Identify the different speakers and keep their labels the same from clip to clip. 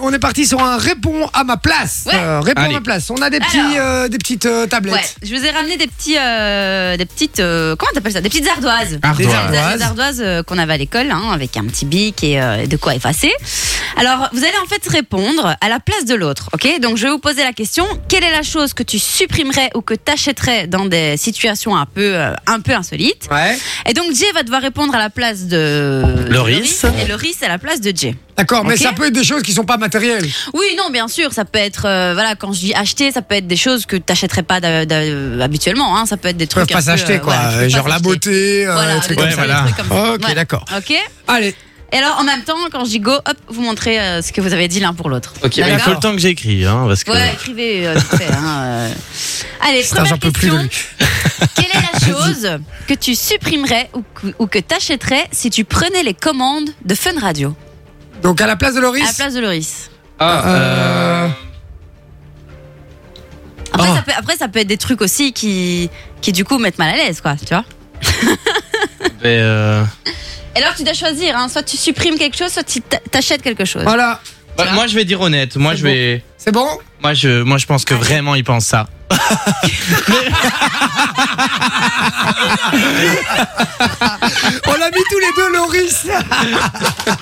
Speaker 1: On est parti sur un réponds à ma place.
Speaker 2: Ouais.
Speaker 1: Euh, réponds
Speaker 3: Allez.
Speaker 1: à ma place. On a des petits, euh, des petites euh, tablettes.
Speaker 2: Ouais, je vous ai ramené des petits, euh, des petites, euh, comment t'appelles ça, des petites ardoises.
Speaker 3: Ardoise.
Speaker 2: Des ardoises, des ardoises, euh, qu'on avait à l'école, hein, avec un petit bic et euh, de quoi effacer. Alors, vous allez en fait répondre à la place de l'autre, ok Donc, je vais vous poser la question quelle est la chose que tu supprimerais ou que t'achèterais dans des situations un peu, euh, un peu insolites
Speaker 1: Ouais.
Speaker 2: Et donc, Jay va devoir répondre à la place de
Speaker 3: Loris.
Speaker 2: de Loris et Loris à la place de Jay.
Speaker 1: D'accord, mais
Speaker 2: Ok.
Speaker 1: ça peut être des choses qui sont pas matérielles.
Speaker 2: Oui, non, bien sûr, ça peut être, euh, voilà, quand je dis acheter, ça peut être des choses que t'achèterais pas d'a- d'a- habituellement, hein, ça peut être des
Speaker 1: Ils peuvent
Speaker 2: trucs.
Speaker 1: pas
Speaker 2: un peu,
Speaker 1: s'acheter
Speaker 2: euh,
Speaker 1: quoi,
Speaker 2: voilà, tu peux pas
Speaker 1: genre la
Speaker 2: t'acheter.
Speaker 1: beauté, euh,
Speaker 2: Voilà,
Speaker 1: des trucs
Speaker 2: des
Speaker 1: comme
Speaker 3: trucs
Speaker 1: ça.
Speaker 3: comme ça, des
Speaker 2: trucs comme ça.
Speaker 1: Ok,
Speaker 2: Ouais.
Speaker 1: d'accord.
Speaker 2: Ok.
Speaker 1: Allez,
Speaker 2: Et alors, en même temps, quand je dis go, hop, vous montrez euh, ce que vous avez dit l'un pour l'autre.
Speaker 3: Ok, mais il faut le temps que j'écris, hein, parce que.
Speaker 2: Ouais, écrivez euh, vite fait. hein, euh. Allez,
Speaker 1: Putain, j'en
Speaker 2: première
Speaker 1: peux plus de
Speaker 2: question.
Speaker 1: lui.
Speaker 2: Quelle est la chose que tu supprimerais ou que, ou que t'achèterais si tu prenais les commandes de Fun Radio
Speaker 1: Donc à la place de
Speaker 2: à la
Speaker 1: Loris.
Speaker 2: place de Loris
Speaker 1: euh,
Speaker 2: Après,
Speaker 1: Ah.
Speaker 2: ça peut, après, ça peut être des trucs aussi qui, qui du coup mettent mal à l'aise, quoi, tu vois.
Speaker 3: mais, euh,
Speaker 2: Et alors, tu dois choisir, hein, soit tu supprimes quelque chose, soit tu t'a- t'achètes quelque chose.
Speaker 1: Voilà,
Speaker 3: bah, moi, je vais dire honnête. Moi,
Speaker 2: C'est
Speaker 3: je vais.
Speaker 1: c'est bon.
Speaker 3: Moi, je, moi, je pense que vraiment, il pense ça.
Speaker 1: On a mis tous les deux Loris.
Speaker 2: Attends,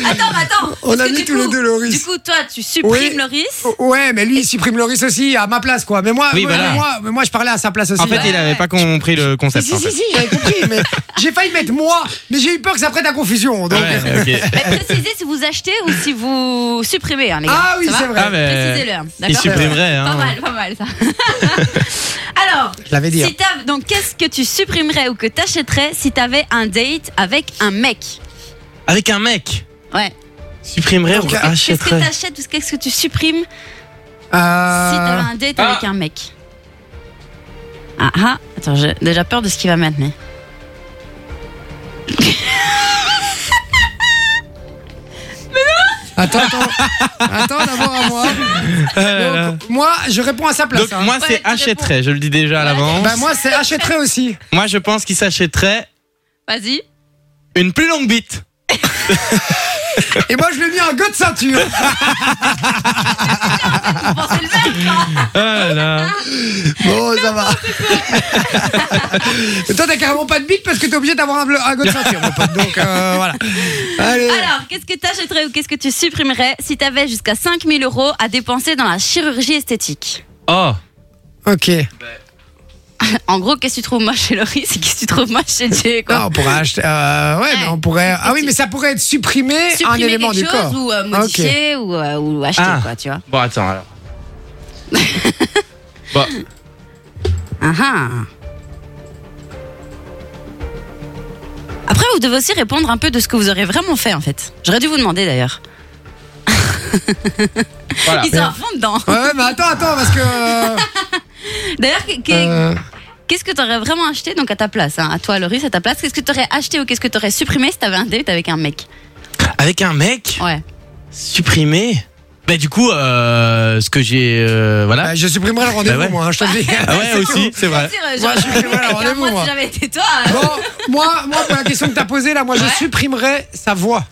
Speaker 2: mais attends
Speaker 1: On
Speaker 2: parce
Speaker 1: a
Speaker 2: que
Speaker 1: mis
Speaker 2: du
Speaker 1: tous les
Speaker 2: coup-
Speaker 1: deux Loris.
Speaker 2: Du coup, toi, tu supprimes
Speaker 1: Oui. Oh.
Speaker 2: Loris
Speaker 1: Ouais, mais lui il supprime Loris aussi à ma place quoi. Mais moi,
Speaker 3: Oui,
Speaker 1: moi,
Speaker 3: voilà.
Speaker 1: mais moi, mais moi, je parlais à sa place aussi.
Speaker 3: En fait, il avait pas compris le
Speaker 1: Si,
Speaker 3: concept.
Speaker 1: si,
Speaker 3: en
Speaker 1: si,
Speaker 3: fait.
Speaker 1: si, j'avais compris, mais j'ai failli mettre moi, mais j'ai eu peur que ça prête à confusion. Donc... euh,
Speaker 3: Ouais, ok.
Speaker 2: Mais précisez si vous achetez ou si vous supprimez, hein, les gars.
Speaker 1: Ah oui,
Speaker 2: Ça va
Speaker 1: c'est vrai.
Speaker 3: Ah, mais.
Speaker 2: Précisez-le, hein,
Speaker 3: Il
Speaker 2: d'accord
Speaker 3: supprimerait, hein.
Speaker 2: Pas mal, pas mal, ça. Alors,
Speaker 1: Je l'avais dit. hein.
Speaker 2: si t'as- donc qu'est-ce que tu supprimerais ou que t'achèterais si t'avais un date avec un mec
Speaker 3: Avec un mec.
Speaker 2: Ouais.
Speaker 3: Supprimerait
Speaker 1: Donc,
Speaker 3: ou
Speaker 1: euh,
Speaker 2: Qu'est-ce que
Speaker 3: achèterait.
Speaker 2: t'achètes ou qu'est-ce que tu supprimes si
Speaker 1: Euh,
Speaker 2: t'avais un date
Speaker 3: ah.
Speaker 2: avec un mec Ah ah, attends, j'ai déjà peur de ce qu'il va mettre, mais.
Speaker 1: Attends, attends, attends d'abord à moi.
Speaker 3: Euh,
Speaker 1: Donc, moi, je réponds à sa place.
Speaker 3: Donc,
Speaker 1: hein.
Speaker 3: moi,
Speaker 2: Ouais,
Speaker 3: c'est
Speaker 2: tu
Speaker 3: achèterait. Je le dis déjà à l'avance.
Speaker 1: Bah, moi, c'est achèterai aussi.
Speaker 3: Moi, je pense qu'il s'achèterait
Speaker 2: Vas-y.
Speaker 3: une plus longue bite.
Speaker 1: Et moi, je lui ai mis un go de ceinture.
Speaker 2: Vous pensez Oh, le mec
Speaker 3: Ah là.
Speaker 1: Bon, ça va. Et toi, t'as carrément pas de bite parce que t'es obligé d'avoir un, bleu- un go de ceinture, mon pote. Donc, euh, voilà. Allez.
Speaker 2: Alors, qu'est-ce que t'achèterais ou qu'est-ce que tu supprimerais si t'avais jusqu'à 5000 euros à dépenser dans la chirurgie esthétique
Speaker 3: Oh.
Speaker 1: Ok.
Speaker 2: En gros, qu'est-ce que tu trouves moche chez Loris et qu'est-ce que tu trouves moche chez Jay
Speaker 1: Ah,
Speaker 2: quoi
Speaker 1: on pourrait acheter. euh, ouais, mais on pourrait. Ah oui, mais ça pourrait être supprimé un
Speaker 2: Supprimer
Speaker 1: élément
Speaker 2: quelque
Speaker 1: du
Speaker 2: chose
Speaker 1: corps.
Speaker 2: ou euh,
Speaker 1: Ah, ok.
Speaker 2: modifier ou, euh, ou acheter
Speaker 3: Ah.
Speaker 2: quoi, tu vois.
Speaker 3: Bon, attends, alors. Bon.
Speaker 2: Ah, ah. Après, vous devez aussi répondre un peu de ce que vous aurez vraiment fait en fait. J'aurais dû vous demander d'ailleurs.
Speaker 3: Voilà.
Speaker 2: Ils sont à fond dedans.
Speaker 1: Ouais, ouais, mais attends, attends, parce que. euh,
Speaker 2: D'ailleurs, qu'est- qu'est-
Speaker 1: euh,
Speaker 2: qu'est-ce que t'aurais vraiment acheté donc à ta place, hein, à toi Loris, à ta place Qu'est-ce que t'aurais acheté ou qu'est-ce que t'aurais supprimé si t'avais un date avec un mec
Speaker 3: Avec un mec.
Speaker 2: Ouais.
Speaker 3: Supprimer Bah du coup, euh, ce que j'ai... euh, voilà.
Speaker 1: euh, je supprimerai le rendez-vous,
Speaker 3: Bah ouais.
Speaker 1: moi, hein, je te le dis.
Speaker 3: Ah ouais, aussi, c'est vrai.
Speaker 2: Sûr, euh,
Speaker 1: Moi,
Speaker 2: j'aurais-
Speaker 1: je suis- voilà,
Speaker 2: Avec un
Speaker 1: rendez-vous,
Speaker 2: mois,
Speaker 1: moi.
Speaker 2: Si j'avais été toi. euh,
Speaker 1: Bon, moi, moi, pour la question que t'as posée, là, moi, je
Speaker 2: Ouais.
Speaker 1: supprimerais sa voix.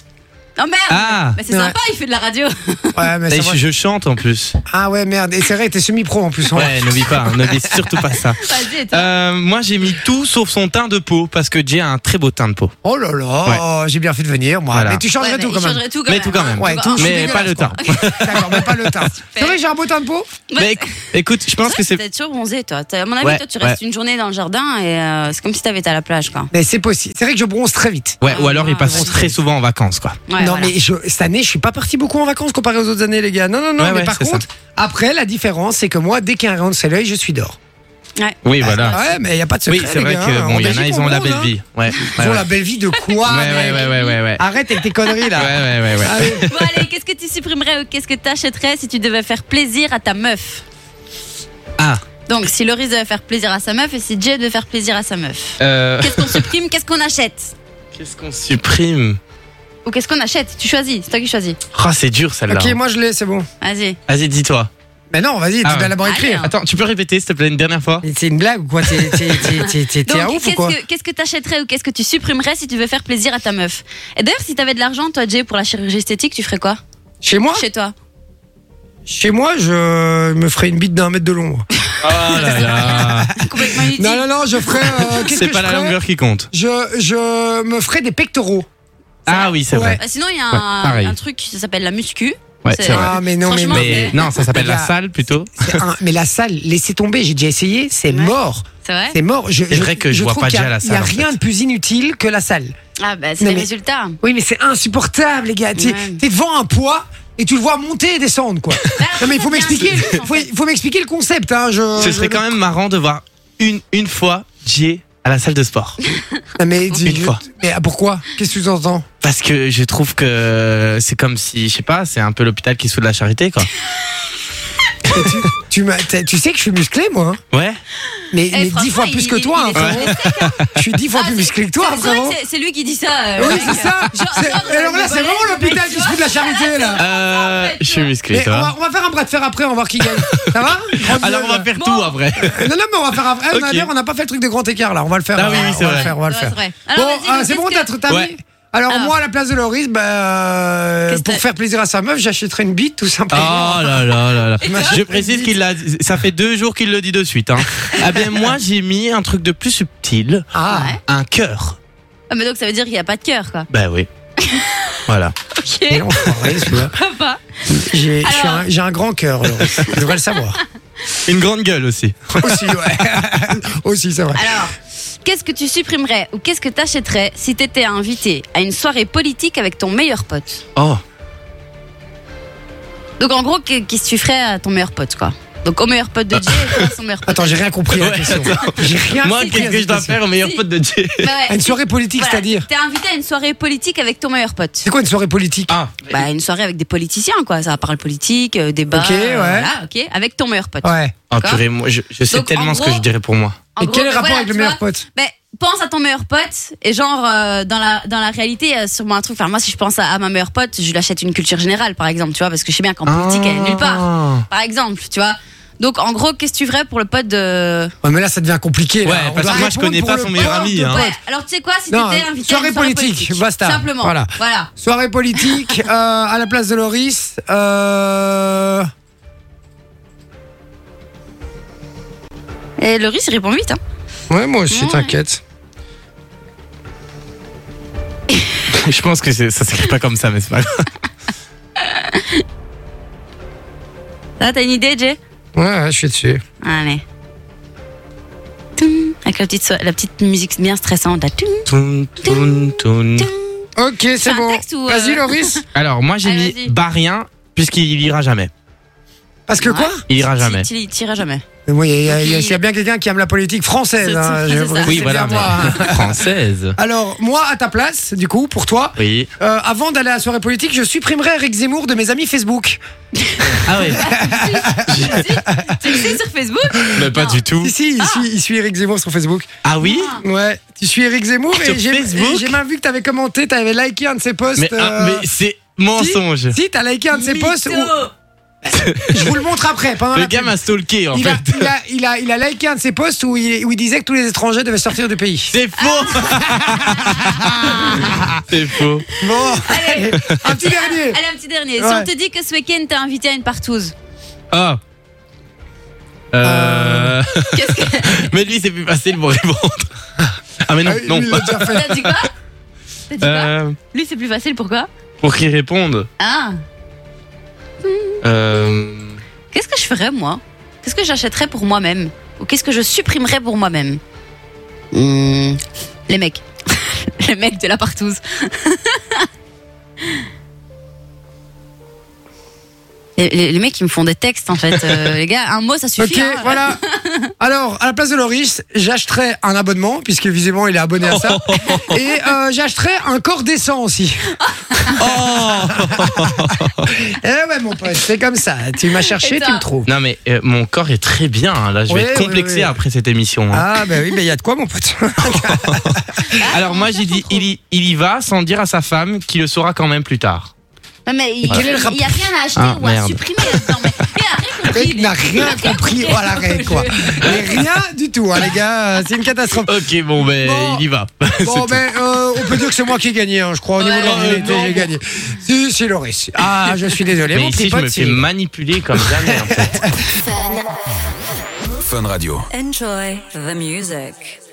Speaker 2: Non Oh, merde.
Speaker 3: Ah.
Speaker 2: Mais c'est sympa, il fait de la radio.
Speaker 1: Ouais, mais
Speaker 3: Et
Speaker 1: ça
Speaker 3: Eh, je, je chante en plus.
Speaker 1: Ah ouais, merde. Et c'est vrai, t'es semi-pro en plus. hein.
Speaker 3: Ouais, n'oublie pas, hein, n'oublie surtout pas ça.
Speaker 2: Vas-y, et toi
Speaker 3: Euh, moi j'ai mis tout sauf son teint de peau parce que Jay a un très beau teint de peau.
Speaker 1: Oh là là, j'ai bien fait de venir, moi.
Speaker 3: Voilà.
Speaker 1: Mais tu changerais
Speaker 2: Ouais, mais
Speaker 1: tout
Speaker 2: il
Speaker 1: quand même.
Speaker 2: changerait tout quand
Speaker 3: Mais
Speaker 2: même.
Speaker 3: tout quand même.
Speaker 1: Ouais, tout, je suis
Speaker 3: mais pas
Speaker 1: dégueulasse,
Speaker 3: le teint.
Speaker 1: D'accord, mais pas le teint. C'est vrai, que j'ai un beau teint de peau
Speaker 3: Mais Bah, éc- écoute, je pense que c'est...
Speaker 2: T'es toujours bronzé, toi. T'as- À mon avis,
Speaker 3: Ouais,
Speaker 2: toi, tu restes une journée dans le jardin et euh, c'est comme si t'avais été à la plage, quoi.
Speaker 1: Mais c'est possible. C'est vrai que je bronze très vite.
Speaker 3: Ouais, ou alors il
Speaker 2: Ah,
Speaker 3: passe
Speaker 2: ouais.
Speaker 3: très souvent en vacances quoi.
Speaker 2: Ouais,
Speaker 1: non,
Speaker 2: voilà.
Speaker 1: mais je- cette année, je suis pas parti beaucoup en vacances comparé aux autres années, les gars. Non, non, non.
Speaker 3: Ouais,
Speaker 1: mais
Speaker 3: ouais,
Speaker 1: par
Speaker 3: c'est ça.
Speaker 1: contre, après, la différence, c'est que moi, dès qu'il y a un rayon de soleil, je suis dehors.
Speaker 2: Ouais.
Speaker 3: Oui, voilà.
Speaker 1: Ouais, mais il n'y a pas de secret.
Speaker 3: Oui, c'est
Speaker 1: les
Speaker 3: vrai
Speaker 1: gars,
Speaker 3: que
Speaker 1: hein. En
Speaker 3: bon, il y en a,
Speaker 1: Belgique,
Speaker 3: ils
Speaker 1: on
Speaker 3: ont la
Speaker 1: bronze,
Speaker 3: belle
Speaker 1: hein.
Speaker 3: vie. Ouais,
Speaker 1: Ils
Speaker 3: ouais,
Speaker 1: ont
Speaker 3: ouais.
Speaker 1: la Ah, belle vie de quoi
Speaker 3: Ouais, ouais,
Speaker 1: mec
Speaker 3: ouais, ouais, ouais, ouais.
Speaker 1: Arrête avec tes conneries, là. Ah
Speaker 3: Ouais, ouais, ouais, ouais.
Speaker 1: Allez.
Speaker 2: Bon, allez, qu'est-ce que tu supprimerais ou qu'est-ce que t'achèterais si tu devais faire plaisir à ta meuf
Speaker 3: Ah,
Speaker 2: Donc, si Loris devait faire plaisir à sa meuf et si Jay devait faire plaisir à sa meuf.
Speaker 3: euh,
Speaker 2: Qu'est-ce qu'on supprime Qu'est-ce qu'on achète
Speaker 3: qu'est-ce qu'on supprime
Speaker 2: Ou qu'est-ce qu'on achète Tu choisis, c'est toi qui choisis.
Speaker 3: Oh, c'est dur celle-là.
Speaker 1: Ok, moi je l'ai, c'est bon.
Speaker 2: Vas-y.
Speaker 3: Vas-y, dis-toi.
Speaker 1: Mais non, vas-y,
Speaker 3: Ah
Speaker 1: tu dois
Speaker 3: ouais.
Speaker 1: d'abord
Speaker 2: hein.
Speaker 1: écrire.
Speaker 3: Attends, tu peux répéter s'il te plaît une dernière fois
Speaker 1: Mais C'est une blague ou quoi T'es- t'es- t'es- t'es- t'es- T'es un
Speaker 2: Donc,
Speaker 1: ouf ou
Speaker 2: qu'est-ce
Speaker 1: quoi
Speaker 2: que qu'est-ce que t'achèterais ou qu'est-ce que tu supprimerais si tu veux faire plaisir à ta meuf Et d'ailleurs, si t'avais de l'argent, toi, Jay, pour la chirurgie esthétique, tu ferais quoi
Speaker 1: Chez moi
Speaker 2: Chez toi.
Speaker 1: Chez moi, je me ferai une bite d'un mètre de long. moi.
Speaker 3: Oh là là.
Speaker 2: Complètement inutile.
Speaker 1: Non, non, non, je ferai. euh, qu'est-ce
Speaker 3: C'est
Speaker 1: que
Speaker 3: pas
Speaker 1: je
Speaker 3: la
Speaker 1: ferai
Speaker 3: longueur qui compte.
Speaker 1: Je, je me ferai des pectoraux.
Speaker 3: Ah oui, c'est vrai.
Speaker 2: Euh, Sinon, il y a
Speaker 3: Ouais,
Speaker 2: un,
Speaker 3: pareil.
Speaker 2: un truc qui s'appelle la muscu.
Speaker 3: Ouais, c'est vrai.
Speaker 1: Ah, mais non, mais
Speaker 2: Franchement,
Speaker 1: non.
Speaker 3: Mais non, ça s'appelle la
Speaker 1: Là.
Speaker 3: salle plutôt.
Speaker 1: C'est un- mais la salle, laissez tomber, j'ai déjà essayé, c'est
Speaker 2: Ouais.
Speaker 1: mort.
Speaker 2: C'est vrai
Speaker 1: C'est mort. Je,
Speaker 3: C'est vrai que je vois
Speaker 1: trouve
Speaker 3: pas
Speaker 1: qu'il y a-
Speaker 3: déjà la
Speaker 1: Il n'y
Speaker 3: salle,
Speaker 1: a
Speaker 3: en
Speaker 1: rien
Speaker 3: fait.
Speaker 1: de plus inutile que la salle.
Speaker 2: Ah, bah, c'est
Speaker 1: Non,
Speaker 2: les
Speaker 1: mais-
Speaker 2: résultats.
Speaker 1: Oui, mais c'est insupportable, les gars. Tu
Speaker 2: Ouais.
Speaker 1: T'es devant un poids. Et tu le vois monter et descendre, quoi. Non, mais il faut
Speaker 2: ça devient
Speaker 1: m'expliquer,
Speaker 2: inutile, en
Speaker 1: faut,
Speaker 2: fait.
Speaker 1: faut m'expliquer le concept, hein. Je,
Speaker 3: Ce serait
Speaker 1: je-
Speaker 3: quand même marrant de voir une, une fois Jay à la salle de sport.
Speaker 1: Non, mais, tu-
Speaker 3: Une fois.
Speaker 1: mais ah, pourquoi? Qu'est-ce que tu entends?
Speaker 3: Parce que je trouve que c'est comme si, je sais pas, c'est un peu l'hôpital qui se fout de la charité, quoi.
Speaker 1: Tu, m'as- t'as- tu sais que je suis musclé, moi. hein.
Speaker 3: Ouais.
Speaker 1: Mais,
Speaker 2: Eh,
Speaker 1: mais dix
Speaker 2: franchement,
Speaker 1: fois plus
Speaker 2: il-
Speaker 1: que
Speaker 2: il-
Speaker 1: toi, hein,
Speaker 2: il est
Speaker 1: frérot.
Speaker 2: sur les steaks, hein.
Speaker 1: Je suis dix fois
Speaker 2: Ah,
Speaker 1: plus
Speaker 2: c'est-
Speaker 1: musclé que toi,
Speaker 2: C'est vrai
Speaker 1: frérot.
Speaker 2: que c'est- c'est lui qui dit ça. euh,
Speaker 1: Oui,
Speaker 2: ouais.
Speaker 1: c'est ça.
Speaker 2: Genre,
Speaker 1: C'est-
Speaker 2: hors de
Speaker 1: Alors là,
Speaker 2: la
Speaker 1: c'est vraiment
Speaker 2: bolette,
Speaker 1: l'hôpital qui
Speaker 2: tu
Speaker 1: se
Speaker 2: vois.
Speaker 1: fout de la charité, là.
Speaker 3: Euh, je suis musclé,
Speaker 1: Mais on,
Speaker 3: ça va
Speaker 1: va, on va faire un bras de fer après, on va voir qui gagne. Ça va Grande
Speaker 3: Alors on
Speaker 1: gueule,
Speaker 3: va
Speaker 1: là.
Speaker 3: faire tout après.
Speaker 1: Non, non, mais on va faire un. eh, on a-
Speaker 3: Ok.
Speaker 1: D'ailleurs, on n'a pas fait le truc des grands écarts là. On va le faire.
Speaker 3: Ah
Speaker 1: euh,
Speaker 3: oui, oui, c'est
Speaker 1: on va
Speaker 3: vrai.
Speaker 1: le faire, on va le
Speaker 2: Ouais,
Speaker 1: faire.
Speaker 2: c'est vrai. Alors,
Speaker 1: Bon,
Speaker 2: vas-y,
Speaker 1: euh,
Speaker 2: donc,
Speaker 1: c'est bon,
Speaker 2: qu'est-ce
Speaker 1: t'as
Speaker 2: que-
Speaker 1: t'as mis
Speaker 3: Ouais.
Speaker 1: Alors,
Speaker 2: Alors.
Speaker 1: moi, à la place de Loris, bah, euh,
Speaker 2: Qu'est-ce
Speaker 1: pour
Speaker 2: que-
Speaker 1: faire plaisir à sa meuf, j'achèterai une bite, tout
Speaker 3: Oh
Speaker 1: simplement.
Speaker 3: là là là là.
Speaker 1: toi
Speaker 3: Je précise qu'il l'a. Ça fait deux jours qu'il le dit de suite. Hein. Ah ben moi j'ai mis un truc de plus subtil,
Speaker 1: Ah,
Speaker 2: Ouais.
Speaker 3: un cœur.
Speaker 2: Ah, mais donc ça veut dire qu'il n'y a pas de cœur, quoi.
Speaker 3: Bah oui. Voilà.
Speaker 1: mais
Speaker 2: Ok,
Speaker 1: non, c'est pas vrai, celui-là.
Speaker 2: papa.
Speaker 1: J'ai je suis
Speaker 2: Alors.
Speaker 1: un- j'ai un grand cœur, Loris. Tu devrais le savoir.
Speaker 3: Une grande gueule aussi.
Speaker 1: Aussi, ouais. Aussi, c'est vrai.
Speaker 2: Alors, qu'est-ce que tu supprimerais ou qu'est-ce que t'achèterais si t'étais invité à une soirée politique avec ton meilleur pote
Speaker 3: Oh.
Speaker 2: Donc en gros, qu'est- qu'est-ce que tu ferais à ton meilleur pote, quoi Donc au meilleur
Speaker 1: Bah.
Speaker 2: pote de Jay, et toi, son meilleur pote.
Speaker 1: Attends, j'ai rien compris à la
Speaker 3: Ouais,
Speaker 1: question. J'ai rien
Speaker 3: Moi
Speaker 1: compris. à
Speaker 3: qu'est-ce que je
Speaker 1: cette
Speaker 3: dois
Speaker 1: question.
Speaker 3: faire au meilleur
Speaker 2: Si.
Speaker 3: pote de Jay
Speaker 2: Bah ouais.
Speaker 1: À Une soirée politique,
Speaker 2: Voilà,
Speaker 1: c'est-à-dire
Speaker 2: T'es invité à une soirée politique avec ton meilleur pote.
Speaker 1: C'est quoi une soirée politique
Speaker 3: Ah.
Speaker 2: Bah une soirée avec des politiciens, quoi. Ça parle politique, euh, débat.
Speaker 1: Ok, ouais.
Speaker 2: euh, voilà, ok. Avec ton meilleur pote.
Speaker 1: Ouais.
Speaker 3: Oh
Speaker 2: D'accord.
Speaker 3: purée, moi je, je sais
Speaker 2: Donc, en
Speaker 3: tellement ce que
Speaker 2: gros-
Speaker 3: je dirais pour moi.
Speaker 2: En
Speaker 1: Et
Speaker 2: gros,
Speaker 1: quel est
Speaker 2: bah
Speaker 1: le rapport
Speaker 2: voilà,
Speaker 1: avec le
Speaker 2: tu
Speaker 1: meilleur
Speaker 2: vois,
Speaker 1: pote
Speaker 2: Ben, pense à ton meilleur pote et genre euh, dans la dans la réalité il y a sûrement un truc. Enfin moi si je pense à, à ma meilleure pote, je l'achète une culture générale par exemple, tu vois, parce que je sais bien qu'en
Speaker 1: Ah.
Speaker 3: Ah.
Speaker 2: politique elle est nulle part. Par exemple, tu vois. Donc en gros qu'est-ce que tu ferais pour le pote de
Speaker 1: Ouais, mais là, ça devient compliqué. là.
Speaker 3: Ouais,
Speaker 1: On
Speaker 3: parce
Speaker 1: doit
Speaker 3: que moi, je
Speaker 1: répondre
Speaker 3: connais
Speaker 1: pour
Speaker 3: pas
Speaker 1: le
Speaker 3: son meilleur
Speaker 1: pote
Speaker 3: ami,
Speaker 1: de
Speaker 3: hein.
Speaker 1: pote.
Speaker 2: Ouais. Alors tu sais quoi si
Speaker 1: Non,
Speaker 2: t'étais invité à
Speaker 1: soirée
Speaker 2: une soirée
Speaker 1: politique,
Speaker 2: politique,
Speaker 1: basta.
Speaker 2: Simplement.
Speaker 1: Voilà.
Speaker 2: Voilà.
Speaker 1: Soirée politique, euh, à la place de Loris. Euh...
Speaker 2: Et Loris il répond vite hein.
Speaker 1: Ouais, moi aussi,
Speaker 2: Ouais.
Speaker 1: t'inquiète.
Speaker 3: Je pense que c'est- ça s'écrit pas comme ça, mais c'est pas grave.
Speaker 2: Là t'as une idée Jay
Speaker 1: Ouais, ouais, je suis dessus.
Speaker 2: Allez. Toum. Avec la petite so- la petite musique bien stressante. là. Toum,
Speaker 3: Toun, toun, toun.
Speaker 2: toum.
Speaker 1: Ok, c'est
Speaker 2: un
Speaker 1: bon.
Speaker 2: texte ou, euh,
Speaker 1: Vas-y, Loris.
Speaker 3: Alors moi j'ai
Speaker 2: Allez, vas-y.
Speaker 3: mis bah rien puisqu'il ira jamais.
Speaker 1: Parce que quoi
Speaker 3: Il ira jamais.
Speaker 2: Tu- tu- tu iras jamais.
Speaker 1: Mais Moi, il y a- il y a-
Speaker 2: Ok.
Speaker 1: s'il y a bien quelqu'un qui aime la politique française.
Speaker 2: C'est-
Speaker 1: hein,
Speaker 2: c'est
Speaker 1: je-
Speaker 2: ça.
Speaker 1: c'est
Speaker 3: Oui
Speaker 1: bien
Speaker 3: voilà.
Speaker 1: moi, hein.
Speaker 3: mais- Française.
Speaker 1: Alors, moi, à ta place, du coup, pour toi,
Speaker 3: Oui.
Speaker 1: euh, avant d'aller à la soirée politique, je supprimerai Eric Zemmour de mes amis Facebook.
Speaker 3: Ah oui.
Speaker 2: tu le sais sur Facebook
Speaker 3: Mais pas
Speaker 2: Non.
Speaker 3: du tout.
Speaker 1: Si, si, il, suit, il suit Eric Zemmour sur Facebook.
Speaker 3: Ah oui.
Speaker 1: Ouais, tu suis Eric Zemmour
Speaker 3: Sur
Speaker 1: et j'ai
Speaker 3: Facebook
Speaker 1: et j'ai même vu que t'avais commenté, t'avais liké un de ses posts.
Speaker 3: Mais, ah,
Speaker 1: euh,
Speaker 3: mais c'est mensonge.
Speaker 1: Si, t'as liké un de ses posts.
Speaker 2: Mytho.
Speaker 1: où- Je vous le montre après, pendant
Speaker 3: Le
Speaker 1: la
Speaker 3: gars
Speaker 1: pub.
Speaker 3: m'a stalké en
Speaker 1: il, a,
Speaker 3: fait.
Speaker 1: il, a, il, a, il a liké un de ses posts où il, où il disait que tous les étrangers devaient sortir du pays.
Speaker 3: C'est faux. c'est faux.
Speaker 1: Bon,
Speaker 2: Allez.
Speaker 1: un petit dernier.
Speaker 2: Allez, un petit dernier. Si
Speaker 1: Ouais.
Speaker 2: on te dit que ce week-end t'es invité à une partouze,
Speaker 3: Ah. Euh...
Speaker 2: qu'est-ce que
Speaker 3: mais lui c'est plus facile pour répondre. Ah mais non
Speaker 1: Ah,
Speaker 3: non.
Speaker 1: lui, il l'a déjà fait.
Speaker 2: t'as dit quoi T'as dit quoi
Speaker 3: Euh,
Speaker 2: Lui c'est plus facile, pourquoi
Speaker 3: pour qu'il réponde.
Speaker 2: Ah,
Speaker 3: Euh...
Speaker 2: qu'est-ce que je ferais moi Qu'est-ce que j'achèterais pour moi-même Ou qu'est-ce que je supprimerais pour moi-même Hmm, Les mecs. Les mecs de la partouze. Les, les- les mecs, ils me font des textes en fait. Euh, les gars, un mot ça suffit.
Speaker 1: Ok,
Speaker 2: hein.
Speaker 1: voilà. Alors, à la place de Loris, j'achèterais un abonnement, puisque visiblement il est abonné à ça. Et euh, j'achèterais un corps décent aussi.
Speaker 3: Oh
Speaker 1: Eh ouais, mon pote, c'est comme ça. Tu m'as cherché,
Speaker 2: Et
Speaker 1: tu
Speaker 2: ça
Speaker 1: me trouves.
Speaker 3: Non mais euh, mon corps est très bien. hein. Là, je vais
Speaker 1: Ouais,
Speaker 3: être
Speaker 1: ouais,
Speaker 3: complexé
Speaker 1: ouais.
Speaker 3: après cette émission. hein.
Speaker 1: Ah, bah oui, mais il y a de quoi, mon pote.
Speaker 2: Ah,
Speaker 1: Ah.
Speaker 3: Alors moi j'ai dit il y, il y va sans dire à sa femme qu'il le saura quand même plus tard.
Speaker 2: Non, mais il
Speaker 1: Quel est le
Speaker 2: il y a rien à acheter
Speaker 3: Ah,
Speaker 2: ou à
Speaker 3: merde.
Speaker 2: supprimer là-dedans. Mais il y a rien compris.
Speaker 1: mec n'a rien compris à l'arrêt, quoi. Mais rien du tout, hein, les gars. euh, C'est une catastrophe.
Speaker 3: Ok, bon, ben,
Speaker 1: Bon.
Speaker 3: il y va.
Speaker 1: Bon, ben, euh, on peut dire que c'est moi qui ai gagné, hein, je crois. Au niveau de la
Speaker 2: Ouais.
Speaker 1: divinité,
Speaker 3: Euh, non.
Speaker 1: j'ai gagné. Si, c'est Loris. Ah, je suis désolé,
Speaker 3: Mais
Speaker 1: mon petit
Speaker 3: ici, je me
Speaker 1: pote.
Speaker 3: fais
Speaker 1: c'est-
Speaker 3: manipuler comme jamais. en fait.
Speaker 4: Fun Radio.
Speaker 5: Enjoy the music.